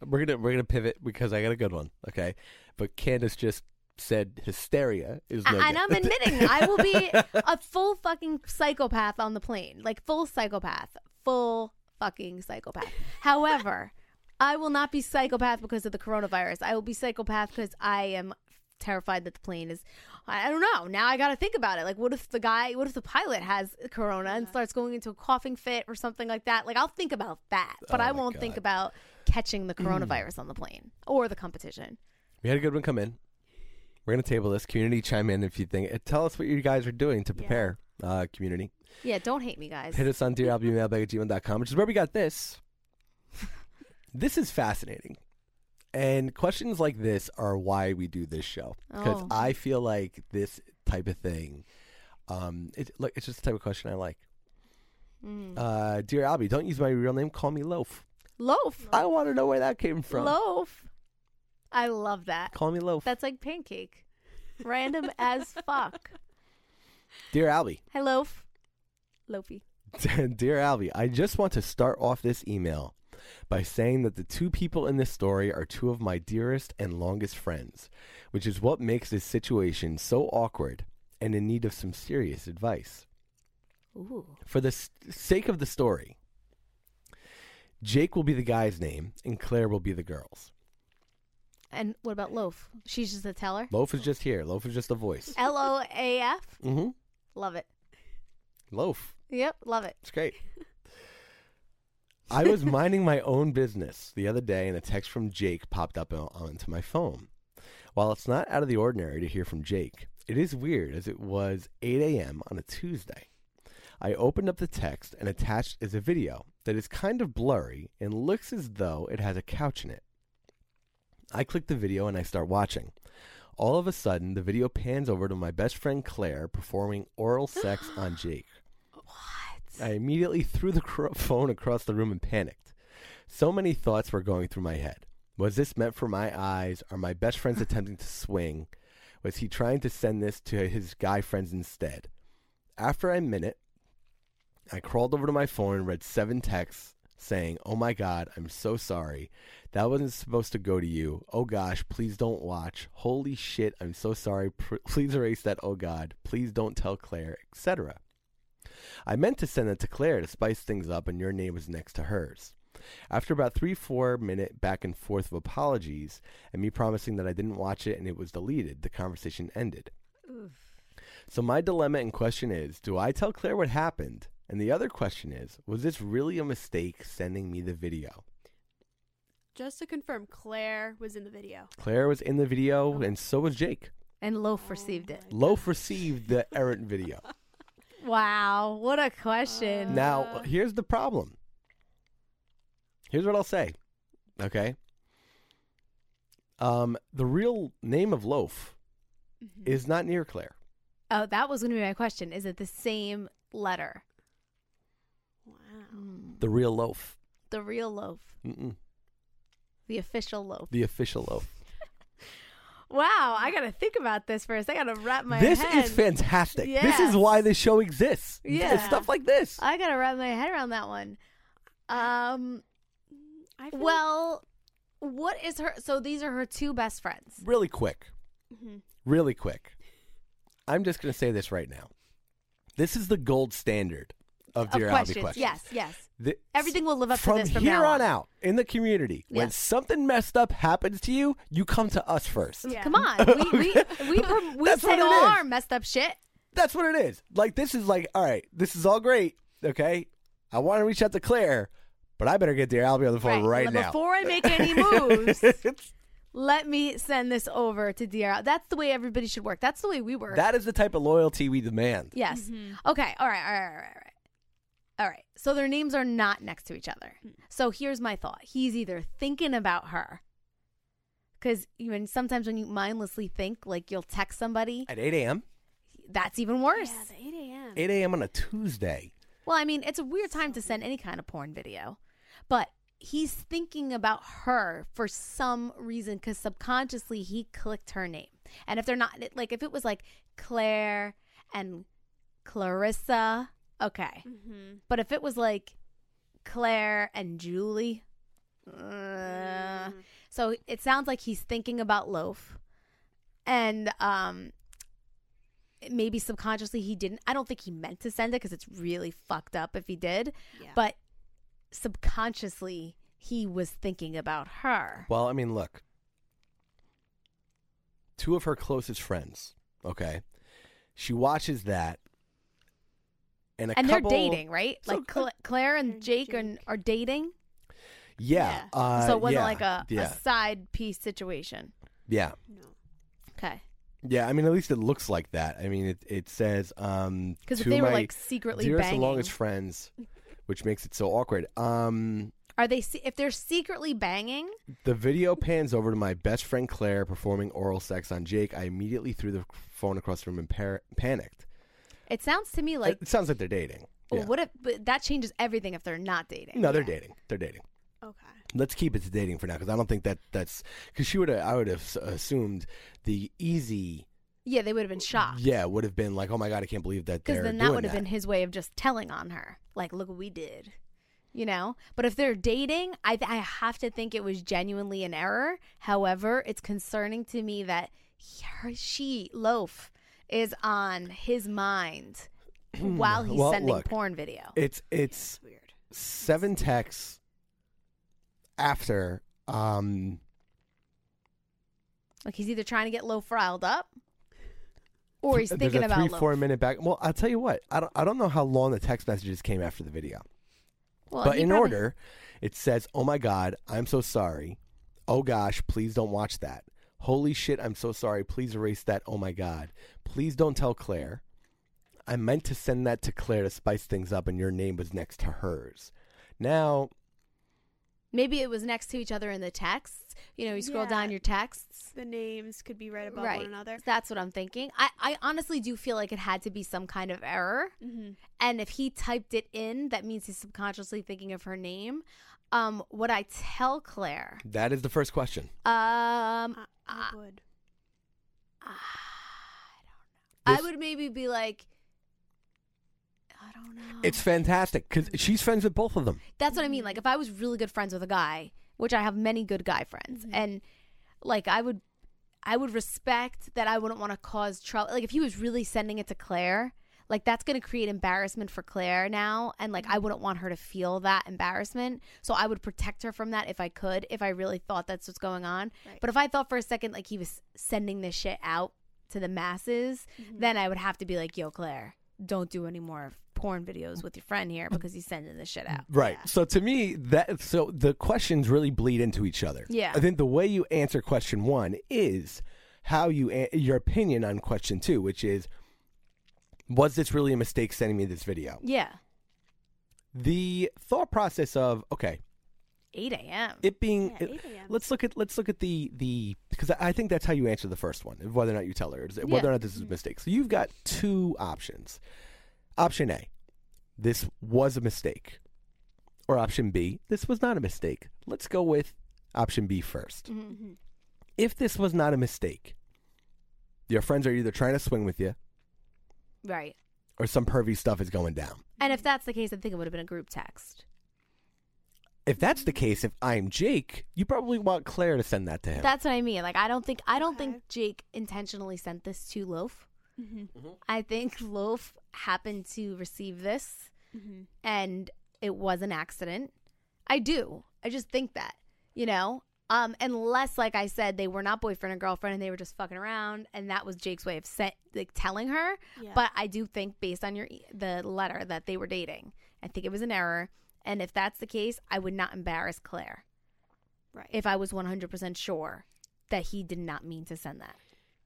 S7: we're gonna we're gonna pivot because I got a good one. Okay, but Candace just said hysteria is.
S6: A-
S7: no
S6: and
S7: good.
S6: I'm admitting I will be a full fucking psychopath on the plane, like full psychopath, full fucking psychopath. However, I will not be psychopath because of the coronavirus. I will be psychopath because I am terrified that the plane is. I I don't know. Now I got to think about it. Like, what if the guy? What if the pilot has corona and starts going into a coughing fit or something like that? Like, I'll think about that, but
S7: Oh
S6: I
S7: my
S6: won't think
S7: God. Mm.
S6: about catching the coronavirus on the plane or the competition.
S7: We had a good one come in. We're gonna table this. Community, chime in if you think. uh, Tell us what you guys are doing to prepare. Uh, community,
S6: Yeah, don't hate me, guys.
S7: hit us on dearalbumailbag at gmail.com, which is where we got this. this is fascinating, and questions like this are why we do this show because
S6: Oh.
S7: I feel like this type of thing. Um, it, look, it's just the type of question I like.
S6: Mm.
S7: Uh, dear Albie, don't use my real name. Call me Loaf.
S6: Loaf.
S7: I want to know where that came from.
S6: Loaf. I love that.
S7: Call me Loaf.
S6: That's like pancake. Random as fuck.
S7: Dear Albie,
S6: Hi, Loaf. Loafy.
S7: Dear Albie, I just want to start off this email by saying that the two people in this story are two of my dearest and longest friends, which is what makes this situation so awkward and in need of some serious advice. For the s- sake of the story, Jake will be the guy's name and Claire will be the girl's.
S6: And what about Loaf? She's just a teller.
S7: Loaf is just here. Loaf is just a voice.
S6: L O A F.
S7: Mm-hmm.
S6: Love it.
S7: Loaf.
S6: Yep, love it.
S7: It's great. I was minding my own business the other day, and a text from Jake popped up on- onto my phone. While it's not out of the ordinary to hear from Jake, it is weird as it was 8 a.m. on a Tuesday. I opened up the text, and attached is a video that is kind of blurry and looks as though it has a couch in it. I click the video and I start watching. All of a sudden, the video pans over to my best friend Claire performing oral sex on Jake. I immediately threw the cro- phone across the room and panicked. So many thoughts were going through my head. Was this meant for my eyes? Are my best friends attempting to swing? Was he trying to send this to his guy friends instead? After a minute, I crawled over to my phone and read seven texts saying, Oh my God, I'm so sorry. That wasn't supposed to go to you. Oh gosh, please don't watch. Holy shit, I'm so sorry. Pr- please erase that. Oh God, please don't tell Claire, etc. I meant to send it to Claire to spice things up, and your name was next to hers. After about three, four minute back and forth of apologies and me promising that I didn't watch it and it was deleted, the conversation ended. So my dilemma and question is, do I tell Claire what happened? And the other question is, was this really a mistake sending me the video?
S2: Just to confirm, Claire was in the video.
S7: Claire was in the video, and so was Jake.
S6: And
S7: Oh
S6: Loaf received it.
S7: Loaf received the errant video.
S6: Wow, what a question.
S7: Now, here's the problem. Here's what I'll say. Okay. Um, the real name of Loaf
S6: Mm-hmm.
S7: is not near Claire.
S6: Oh, that was going to be my question. Is it the same letter?
S2: Wow.
S7: The real Loaf.
S6: The real loaf,
S7: Mm-mm.
S6: the official loaf.
S7: The official Loaf.
S6: Wow, I got to think about this first. I got to wrap my
S7: this
S6: head.
S7: is fantastic. This
S6: Yes.
S7: is why this show exists.
S6: Yeah. Uh.
S7: Stuff like this.
S6: I got to wrap my head around that one. Um,
S2: I feel
S6: well, what is her so these are her two best friends.
S7: really quick.
S6: Mm-hmm.
S7: Really quick. I'm just going to say this right now. This is the gold standard of Dear
S6: of
S7: Abby
S6: questions.
S7: questions.
S6: Yes, yes.
S7: The-
S6: Everything will live up to
S7: from
S6: this from
S7: here
S6: now on.
S7: on out in the community. When
S6: Yes.
S7: something messed up happens to you, you come to us first.
S2: Yeah.
S6: Come on. We we we, we, we
S7: That's
S6: say
S7: what it
S6: all
S7: is.
S6: our messed up shit.
S7: That's what it is. Like this is like, all right, this is all great. Okay, I want to reach out to Claire, but I better get Dear Albie on the phone right, now.
S6: Before I make any moves, let me send this over to DR. That's the way everybody should work. That's the way we work.
S7: that is the type of loyalty we demand.
S6: yes. Okay. All right. All right. All right. All right. All right. So their names are not next to each other. So here's my thought. He's either thinking about her. Because even sometimes when you mindlessly think, like you'll text somebody,
S7: At 8 a.m.
S6: that's even worse.
S2: Yeah, the 8 a.m.
S7: 8 a.m. on a Tuesday.
S6: Well, I mean, it's a weird time to send any kind of porn video, but he's thinking about her for some reason because subconsciously he clicked her name. And if they're not, like, if it was like Claire and Clarissa, okay.
S2: Mm-hmm.
S6: But if it was like Claire and Julie, uh, so it sounds like he's thinking about Loaf. And um, maybe subconsciously he didn't. I don't think he meant to send it because it's really fucked up if he did. But subconsciously he was thinking about her.
S7: Well, I mean, look. Two of her closest friends. Okay, she watches that, and a
S6: and
S7: couple,
S6: they're dating, right?
S7: So-
S6: like Cla- Claire and Jake, Are, are dating.
S7: Yeah.
S2: Yeah.
S7: Uh,
S6: so it wasn't
S7: yeah,
S6: like a,
S7: yeah,
S6: a side piece situation.
S7: yeah,
S6: Okay.
S7: yeah. I mean, at least it looks like that. I mean, it it says um
S6: 'Cause if
S7: to
S6: they were,
S7: my
S6: like, secretly
S7: dearest
S6: banging-
S7: and longest friends, which makes it so awkward. Um,
S6: Are they, se- if they're secretly banging,
S7: the video pans over to my best friend Claire performing oral sex on Jake. I immediately threw the phone across the room and par- panicked.
S6: it sounds to me like,
S7: it sounds like they're dating.
S6: oh,
S7: Yeah.
S6: what if, but that changes everything if they're not dating.
S7: no, they're dating. They're dating.
S2: Okay.
S7: Let's keep it to dating for now because I don't think that that's because she would have. I would have s- assumed the easy.
S6: Yeah, they would have been shocked.
S7: Yeah, would have been like, oh my god, I can't believe that they're
S6: Because then
S7: doing
S6: that would have been his way of just telling on her, like, look what we did, you know. But if they're dating, I th- I have to think it was genuinely an error. However, it's concerning to me that he, her, she loaf is on his mind while he's
S7: Well,
S6: sending
S7: look,
S6: porn video.
S7: It's it's
S2: Weird.
S7: seven texts after um
S6: like he's either trying to get loaf riled up, Or he's
S7: There's
S6: thinking
S7: a
S6: about
S7: three,
S6: loaf.
S7: four minute back. Well, I'll tell you what. I don't, I don't know how long the text messages came after the video,
S6: Well,
S7: but
S6: he
S7: in
S6: probably-
S7: order, it says, "Oh my God, I'm so sorry. Oh gosh, please don't watch that. Holy shit, I'm so sorry. Please erase that. Oh my God. Please don't tell Claire. I meant to send that to Claire to spice things up, and your name was next to hers. Now,
S6: maybe it was next to each other in the texts. You know, you scroll
S2: Yeah.
S6: down your texts.
S2: The names could be right above one another.
S6: That's what I'm thinking. I, I honestly do feel like it had to be some kind of error.
S2: Mm-hmm.
S6: And if he typed it in, that means he's subconsciously thinking of her name. Um, would I tell Claire?
S7: that is the first question.
S6: Um,
S2: I, I would.
S6: I
S7: This-
S6: would maybe be like, I don't know.
S7: It's fantastic because she's friends with both of them.
S6: That's what I mean. Like if I was really good friends with a guy, which I have many good guy friends, and like I would, I would respect that I wouldn't want to cause trouble. Like if he was really sending it to Claire, like that's going to create embarrassment for Claire now, and like I wouldn't want her to feel that embarrassment. So I would protect her from that if I could, if I really thought that's what's going on.
S2: Right.
S6: But if I thought for a second like he was sending this shit out to the masses, then I would have to be like, "Yo, Claire, don't do any more." porn videos with your friend here because he's sending this shit out.
S7: Right. So to me, that so the questions really bleed into each other.
S6: Yeah.
S7: I think the way you answer question one is how you an- your opinion on question two, which is was this really a mistake sending me this video?
S6: Yeah.
S7: The thought process of okay,
S6: 8 a.m.
S7: it being
S2: Yeah, 8 a.m..
S7: let's look at let's look at the the because I I think that's how you answer the first one whether or not you tell her whether
S6: Yeah.
S7: or not this is a mistake so you've got two options option a this was a mistake or option b this was not a mistake let's go with option b 1st if this was not a mistake your friends are either trying to swing with you
S6: right.
S7: or some pervy stuff is going down
S6: And if that's the case, I think it would have been a group text.
S7: if that's the case if i'm jake you probably want claire to send that to him
S6: That's what I mean. Like I don't think I don't think Jake intentionally sent this to Loaf. I think Loaf happened to receive this, and it was an accident. I do. I just think that you know. Um, unless, like I said, they were not boyfriend and girlfriend, and they were just fucking around, and that was Jake's way of set, like telling her.
S2: Yeah.
S6: But I do think, based on your e- the letter that they were dating, I think it was an error. And if that's the case, I would not embarrass Claire
S2: Right.
S6: if I was 100% sure that he did not mean to send that.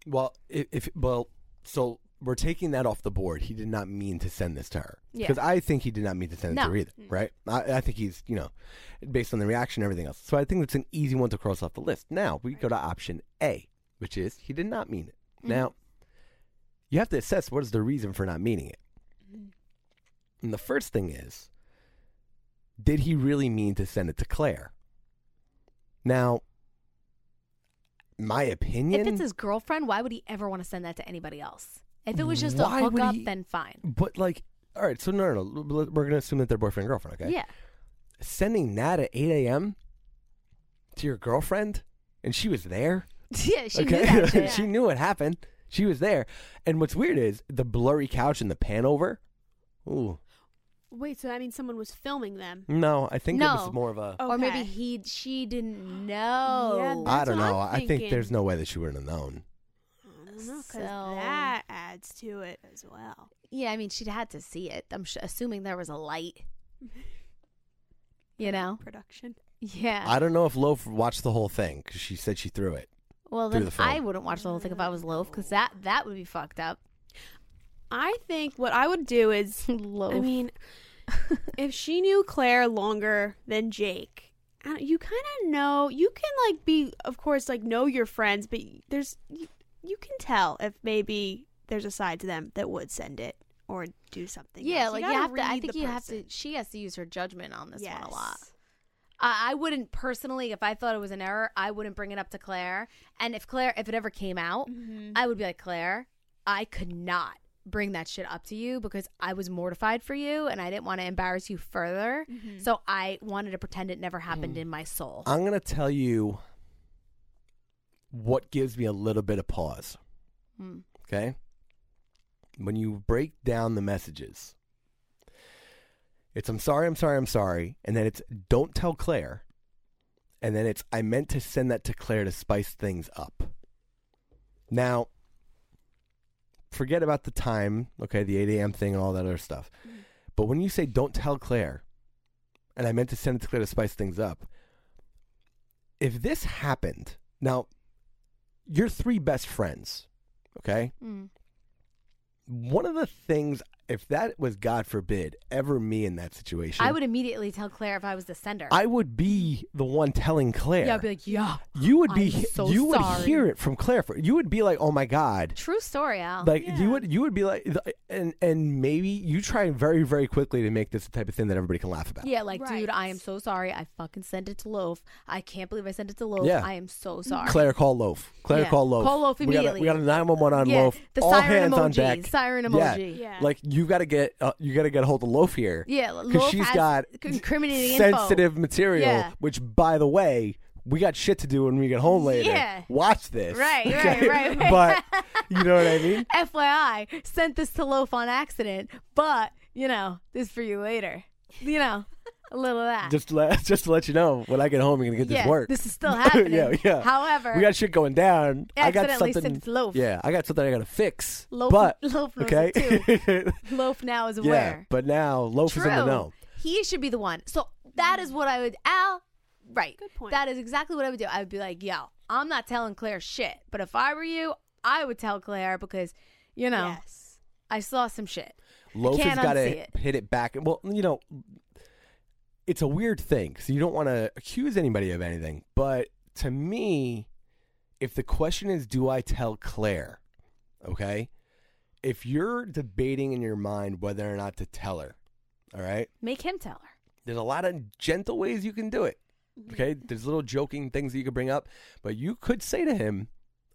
S7: Well, if, if well, so we're taking that off the board. He did not mean to send this to her
S6: Yeah.
S7: because I think he did not mean to send it
S6: No.
S7: to
S6: Mm.
S7: her either. Right? I, I think he's you know, based on the reaction and everything else. So I think that's an easy one to cross off the list. Now we go to option A, which is he did not mean it.
S6: Mm.
S7: Now you have to assess what is the reason for not meaning it.
S6: Mm-hmm.
S7: And the first thing is, did he really mean to send it to Claire? Now, my opinion.
S6: If it's his girlfriend, why would he ever want to send that to anybody else? If it was just
S7: Why
S6: a
S7: would
S6: hookup,
S7: he-
S6: then fine.
S7: But like, all right, so no, no, no. l- l- We're gonna assume that they're boyfriend and girlfriend. Okay.
S6: Yeah.
S7: Sending that at eight a.m. to your girlfriend, and she was there.
S6: Yeah, she
S7: okay,
S6: knew that shit.
S7: she knew what happened. She was there. And what's weird is the blurry couch and the pan over. Ooh,
S2: Wait, so that means someone was filming them.
S7: no, I think it
S6: No.
S7: was more of a.
S6: Or maybe
S2: Okay.
S6: he she didn't know.
S2: Yeah,
S7: I
S2: that's
S7: don't
S2: what
S7: know.
S2: I'm
S7: I think there's
S2: thinking.
S7: no way that she would have known.
S2: I don't know, 'cause
S6: So-
S2: that adds to it as well.
S6: yeah, I mean, she'd had to see it. I'm sh- assuming there was a light. You know?
S2: Production.
S6: Yeah.
S7: I don't know if Loaf watched the whole thing because she said she threw it.
S6: well,
S7: through
S6: then
S7: the
S6: I
S7: phone.
S6: wouldn't watch the whole thing if I was Loaf because that, that would be fucked up.
S2: I think what I would do is,
S6: Loaf.
S2: I mean, if she knew Claire longer than Jake, I don't- you kind of know. You can like be, of course, like know your friends, but there's you, you can tell if maybe there's a side to them that would send it or do something.
S6: Yeah,
S2: else.
S6: like you
S2: gotta
S6: have to. I
S2: read
S6: think
S2: the
S6: you have to.
S2: person.
S6: She has to use her judgment on this one a lot.
S2: Yes.
S6: I, I wouldn't personally, if I thought it was an error, I wouldn't bring it up to Claire. And if Claire, if it ever came out,
S2: Mm-hmm.
S6: I would be like, Claire, I could not bring that shit up to you because I was mortified for you and I didn't want to embarrass you further. So I wanted to pretend it never happened
S7: Mm.
S6: in my soul.
S7: I'm gonna tell you what gives me a little bit of pause.
S6: Hmm.
S7: Okay. When you break down the messages, it's I'm sorry, I'm sorry, I'm sorry. And then it's don't tell Claire. And then it's I meant to send that to Claire to spice things up. Now, forget about the time, okay, the 8 a.m. thing and all that other stuff. But when you say don't tell Claire, and I meant to send it to Claire to spice things up, if this happened, now your three best friends, okay?
S6: Mm.
S7: One of the things, if that was, God forbid, ever me in that situation,
S6: I would immediately tell Claire if I was the sender.
S7: I would be the one telling Claire.
S6: yeah, I'd be like, yeah.
S7: you would be
S6: I'm so
S7: you would
S6: sorry.
S7: hear it from Claire. For, you would be like, "Oh my god."
S6: True story, Al.
S7: like
S2: Yeah.
S7: you would you would be like and and maybe you try very very quickly to make this the type of thing that everybody can laugh about
S6: yeah, like,
S2: Right.
S6: dude, I am so sorry. I fucking sent it to Loaf. I can't believe I sent it to Loaf.
S7: Yeah.
S6: I am so sorry.
S7: claire call loaf claire
S6: Yeah.
S7: call loaf
S6: Call Loaf immediately.
S7: we got a, we got a 911 on
S6: Yeah,
S7: loaf
S6: the
S7: all
S6: siren
S7: hands on
S6: emoji,
S7: deck
S6: siren
S7: Yeah.
S6: emoji.
S2: Yeah.
S7: like you got to get uh, you got to get a hold of loaf here
S6: Yeah,
S7: because
S6: Loaf
S7: she's
S6: has
S7: got
S6: incriminating info.
S7: sensitive material
S6: Yeah.
S7: which by the way we got shit to do when we get home later
S6: Yeah.
S7: watch this
S6: Right, right, right, right.
S7: but you know what i mean
S6: FYI, sent this to Loaf on accident, but you know, this is for you later. You know, a little of that.
S7: just to let just to let you know when I get home, you're gonna get
S6: yeah,
S7: this work.
S6: This is still happening.
S7: yeah, yeah.
S6: However,
S7: we got shit going down. I got
S6: accidentally
S7: something.
S6: sent loaf.
S7: Yeah, I got something I gotta fix.
S6: Loaf-
S7: but
S6: Loaf knows
S7: okay.
S6: it Loaf now is aware.
S7: yeah, but now loaf
S6: True.
S7: is in the know.
S6: He should be the one. So that is what I would. Al, right.
S2: Good point.
S6: That is exactly what I would do. I would be like, yo, I'm not telling Claire shit. But if I were you, I would tell Claire because, you know,
S2: Yes.
S6: I saw some shit.
S7: Loaf has
S6: can't
S7: got to
S6: unsee it.
S7: hit it back. Well, you know, it's a weird thing because you don't want to accuse anybody of anything. But to me, if the question is, do I tell Claire? Okay. If you're debating in your mind whether or not to tell her, all right,
S6: Make him tell her.
S7: there's a lot of gentle ways you can do it. Okay, there's little joking things that you could bring up, but you could say to him,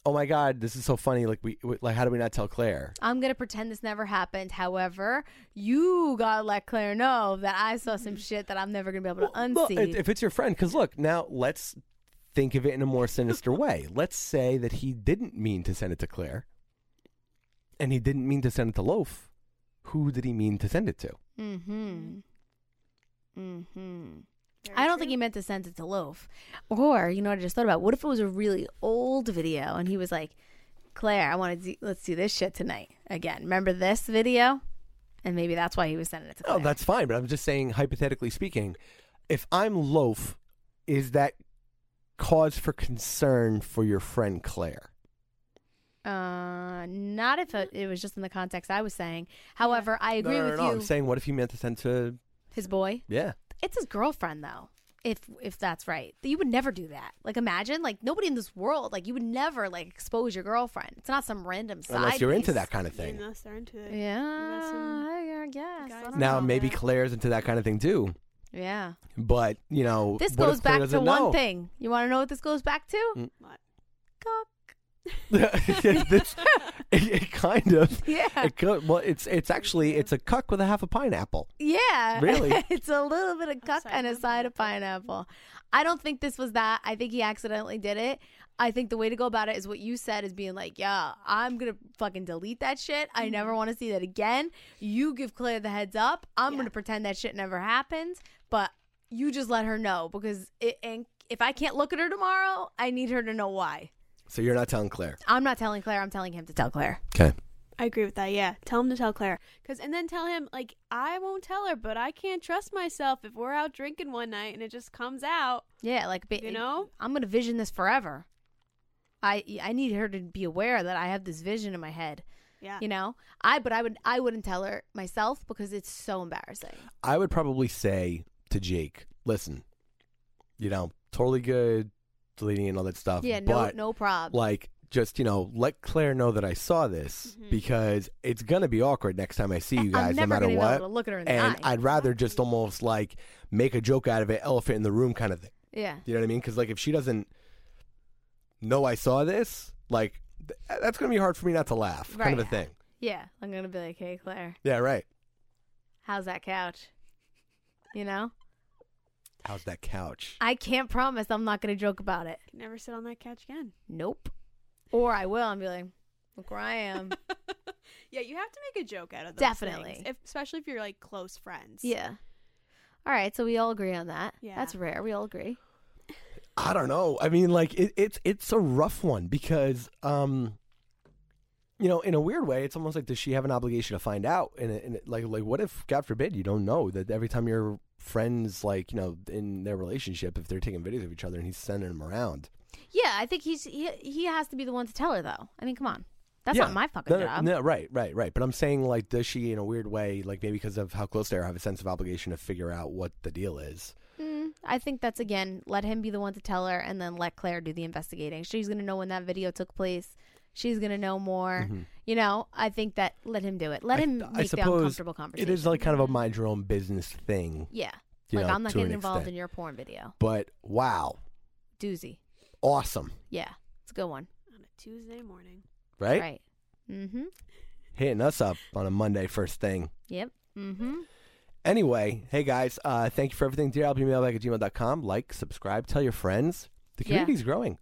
S7: "Oh my God, this is so funny! Like we, we- like how do we not tell Claire?"
S6: I'm going to pretend this never happened. However, you got to let Claire know that I saw some shit that I'm never going to be able to
S7: Mm-hmm. Well,
S6: unsee.
S7: look, if if it's your friend, because look, now let's think of it in a more sinister way. Let's say that he didn't mean to send it to Claire, and he didn't mean to send it to Loaf. Who did he mean to send it to?
S6: Mm-hmm. Mm-hmm. I don't think he meant to send it to Loaf. Or, you know what I just thought about? What if it was a really old video and he was like, Claire, I want to do, let's do this shit tonight again. Remember this video? And maybe that's why he was sending it to Claire.
S7: Oh, that's fine, but I'm just saying, hypothetically speaking, if I'm loaf, is that cause for concern for your friend Claire?
S6: uh, not if it, it was just in the context I was saying. However, I agree
S7: no, no,
S6: with
S7: no,
S6: you.
S7: I'm saying, what if you meant to send to?
S6: His boy.
S7: Yeah,
S6: It's his girlfriend though. If if that's right, you would never do that. Like imagine, like nobody in this world, like you would never like expose your girlfriend. It's not some random side.
S7: unless you're into
S6: piece.
S7: that kind of thing.
S2: Unless they're into it.
S6: Yeah,
S2: You got some-
S6: I I guess. I
S2: guys
S6: don't
S7: Now
S6: know.
S7: maybe Claire's into that kind of thing too,
S6: Yeah,
S7: but you know,
S6: this
S7: what if
S6: goes back to
S7: Claire doesn't know?
S6: one thing. You want to know what this goes back to?
S7: Mm.
S2: What?
S6: Cock.
S7: This- it, it kind of.
S6: Yeah,
S7: It could, well, it's it's actually it's a cuck with a half a pineapple.
S6: yeah.
S7: Really?
S6: it's a little bit of cuck
S2: Outside
S6: and a
S2: of
S6: side of pineapple. I don't think this was that. I think he accidentally did it. I think the way to go about it is what you said is being like, yeah, I'm going to fucking delete that shit. I never want to see that again. You give Claire the heads up. I'm going to pretend that shit never happened, but you just let her know because it, and if I can't look at her tomorrow, I need her to know why.
S7: So you're not telling Claire.
S6: I'm not telling Claire. I'm telling him to tell Claire.
S7: Okay.
S2: I agree with that. Yeah, tell him to tell Claire, cause and then tell him like I won't tell her, but I can't trust myself if we're out drinking one night and it just comes out.
S6: Yeah, like ba-
S2: You know?
S6: I'm gonna vision this forever. I I need her to be aware that I have this vision in my head.
S2: Yeah,
S6: You know, I but I would I wouldn't tell her myself because it's so embarrassing.
S7: I would probably say to Jake, listen, you know, totally good deleting and all that stuff.
S6: yeah, no
S7: but
S6: no problem.
S7: like just, you know, let Claire know that I saw this because it's gonna be awkward next time I see you guys,
S6: Mm-hmm. I'm
S7: no
S6: never
S7: matter
S6: gonna
S7: what.
S6: Be able to look at her in the
S7: and
S6: eye.
S7: I'd rather just almost like make a joke out of it, elephant in the room kind of thing.
S6: yeah,
S7: You know what I mean? Because like if she doesn't know I saw this, like th- that's gonna be hard for me not to laugh, kind of
S6: Right.
S7: a thing.
S6: yeah. I'm gonna be like, hey Claire,
S7: Yeah, right.
S6: how's that couch? You know,
S7: How's that couch?
S6: I can't promise I'm not gonna joke about it.
S2: Can never sit on that couch again.
S6: Nope. Or I will and be like, look where I am.
S2: yeah, you have to make a joke out of those
S6: Definitely.
S2: things, if, especially if you're like close friends.
S6: yeah. All right, so we all agree on that.
S2: Yeah.
S6: That's rare. We all agree.
S7: I don't know. I mean, like it, it's it's a rough one because um, you know, in a weird way, it's almost like does she have an obligation to find out? And, it- and it- like, like what if, God forbid, you don't know that every time your friends, like, you know, in their relationship, if they're taking videos of each other and he's sending them around,
S6: Yeah, I think he's he, he has to be the one to tell her though. I mean, come on, that's
S7: Yeah.
S6: not my fucking
S7: no, no,
S6: job.
S7: No, right, right, right. But I'm saying, like, does she, in a weird way, like maybe because of how close they are, have a sense of obligation to figure out what the deal is?
S6: Mm, I think that's again let him be the one to tell her, and then let Claire do the investigating. She's gonna know when that video took place. She's gonna know more. You know, I think that let him do it. Let
S7: Mm-hmm. I-
S6: him
S7: I
S6: make the
S7: suppose
S6: uncomfortable conversation.
S7: It is like kind of a mind your own business thing,
S6: yeah,
S7: you
S6: like
S7: know,
S6: I'm not
S7: to an
S6: getting involved
S7: extent.
S6: in your porn video.
S7: but wow,
S6: Doozy.
S7: awesome,
S6: Yeah, it's a good one.
S2: on a Tuesday morning.
S7: right?
S6: Right. Mm-hmm.
S7: Hitting us up on a Monday first thing.
S6: Yep. Mm-hmm.
S7: Anyway, hey guys, uh, thank you for everything. Dear mailbag at gmail.com. Like, subscribe, tell your friends. The
S6: Yeah.
S7: community's growing.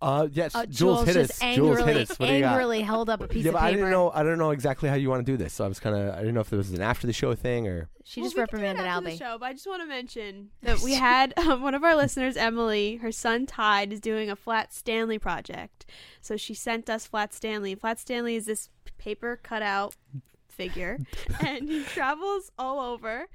S7: Uh, yes,
S6: Oh,
S7: Jules, hit
S6: just
S7: us.
S6: angrily,
S7: Jules hit us. What do you got?
S6: angrily held up a piece
S7: yeah,
S6: of
S7: but
S6: paper.
S7: I didn't know. I don't know exactly how you want to do this, so I was kind of. I didn't know if there was an after the show thing or.
S6: She
S2: Well,
S6: just
S2: we can do it
S6: reprimanded
S2: after the
S6: Albie.
S2: show, but I just want to mention that we had um, one of our listeners, Emily, her son Tide, is doing a Flat Stanley project. So she sent us Flat Stanley. Flat Stanley is this paper cutout figure, and he travels all over.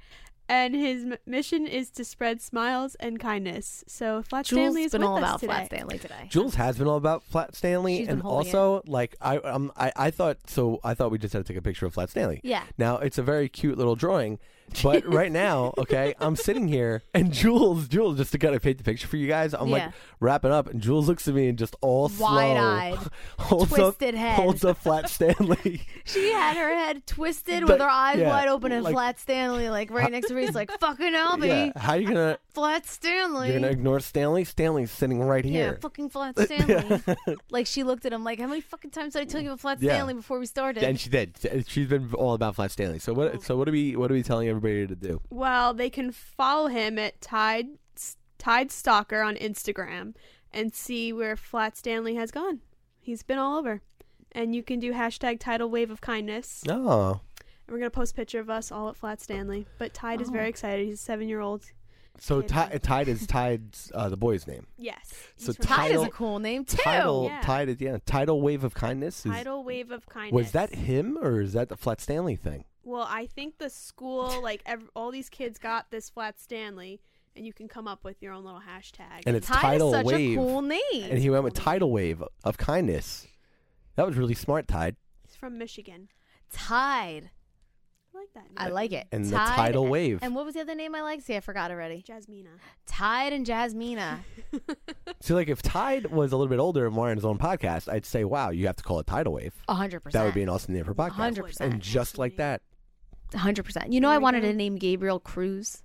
S2: And his m- mission is to spread smiles and kindness. So Flat
S6: Jules
S2: Stanley is
S6: been
S2: with
S6: all
S2: us
S6: about
S2: today.
S6: Flat Stanley today.
S7: Jules has been all about Flat Stanley,
S6: She's been
S7: and
S6: holding
S7: also like I, um, I, I thought so. I thought we just had to take a picture of Flat Stanley.
S6: Yeah.
S7: Now it's a very cute little drawing, but right now, okay, I'm sitting here and Jules, Jules, just to kind of paint the picture for you guys, I'm
S6: Yeah.
S7: like wrapping up, and Jules looks at me and just all
S6: Wide-eyed,
S7: slow, holds
S6: twisted
S7: up,
S6: head.
S7: holds up Flat Stanley.
S6: She had her head twisted
S7: But-
S6: with her eyes
S7: yeah,
S6: wide open and
S7: like-
S6: Flat Stanley, like right next to her. He's like, fucking Albie,
S7: yeah. How you gonna?
S6: Flat
S7: You're
S6: Stanley.
S7: gonna ignore Stanley? Stanley's sitting right
S6: yeah,
S7: here.
S6: fucking Flat Stanley. like she looked at him like, how many fucking times did I tell you about Flat
S7: Yeah.
S6: Stanley before we started?
S7: And she did. She's been all about Flat Stanley. So what? So what are we? What are we telling everybody to do?
S2: Well, they can follow him at Tide Tide Stalker on Instagram and see where Flat Stanley has gone. He's been all over. And you can do hashtag tidal wave of kindness.
S7: Oh,
S2: We're gonna post a picture of us all at Flat Stanley. But Tide is
S7: Oh.
S2: very excited. He's a seven year old.
S7: so Ty- Tide is Tide's uh, the boy's name.
S2: Yes.
S7: So
S2: He's from
S6: Tide is
S7: Tidal-
S6: a cool name too.
S7: Tidal,
S2: Yeah.
S7: Tide, is- yeah, Tidal Wave of Kindness. Is,
S2: Tidal wave of kindness.
S7: was that him or is that the Flat Stanley thing?
S2: Well, I think the school, like ev- all these kids, got this Flat Stanley, and you can come up with your own little hashtag.
S7: And it's
S6: Tide
S7: Tidal
S6: is such
S7: Wave,
S6: a cool name.
S7: and he went with Tidal Wave of Kindness. That was really smart, Tide.
S2: He's from Michigan.
S6: Tide.
S2: I like that. Name.
S6: I like it.
S7: And the
S6: Tide.
S7: Tidal Wave.
S6: And what was the other name I liked? See, I forgot already.
S2: Jasmina.
S6: Tide and Jasmina.
S7: So, like, if Tide was a little bit older and were on his own podcast, I'd say, "Wow, you have to call it Tidal Wave."
S6: 100%.
S7: That would be an awesome name for a podcast.
S6: 100%.
S7: And just like that,
S6: hundred percent. You know,
S2: There
S6: I
S2: we
S6: wanted
S2: go.
S6: to name Gabriel Cruz.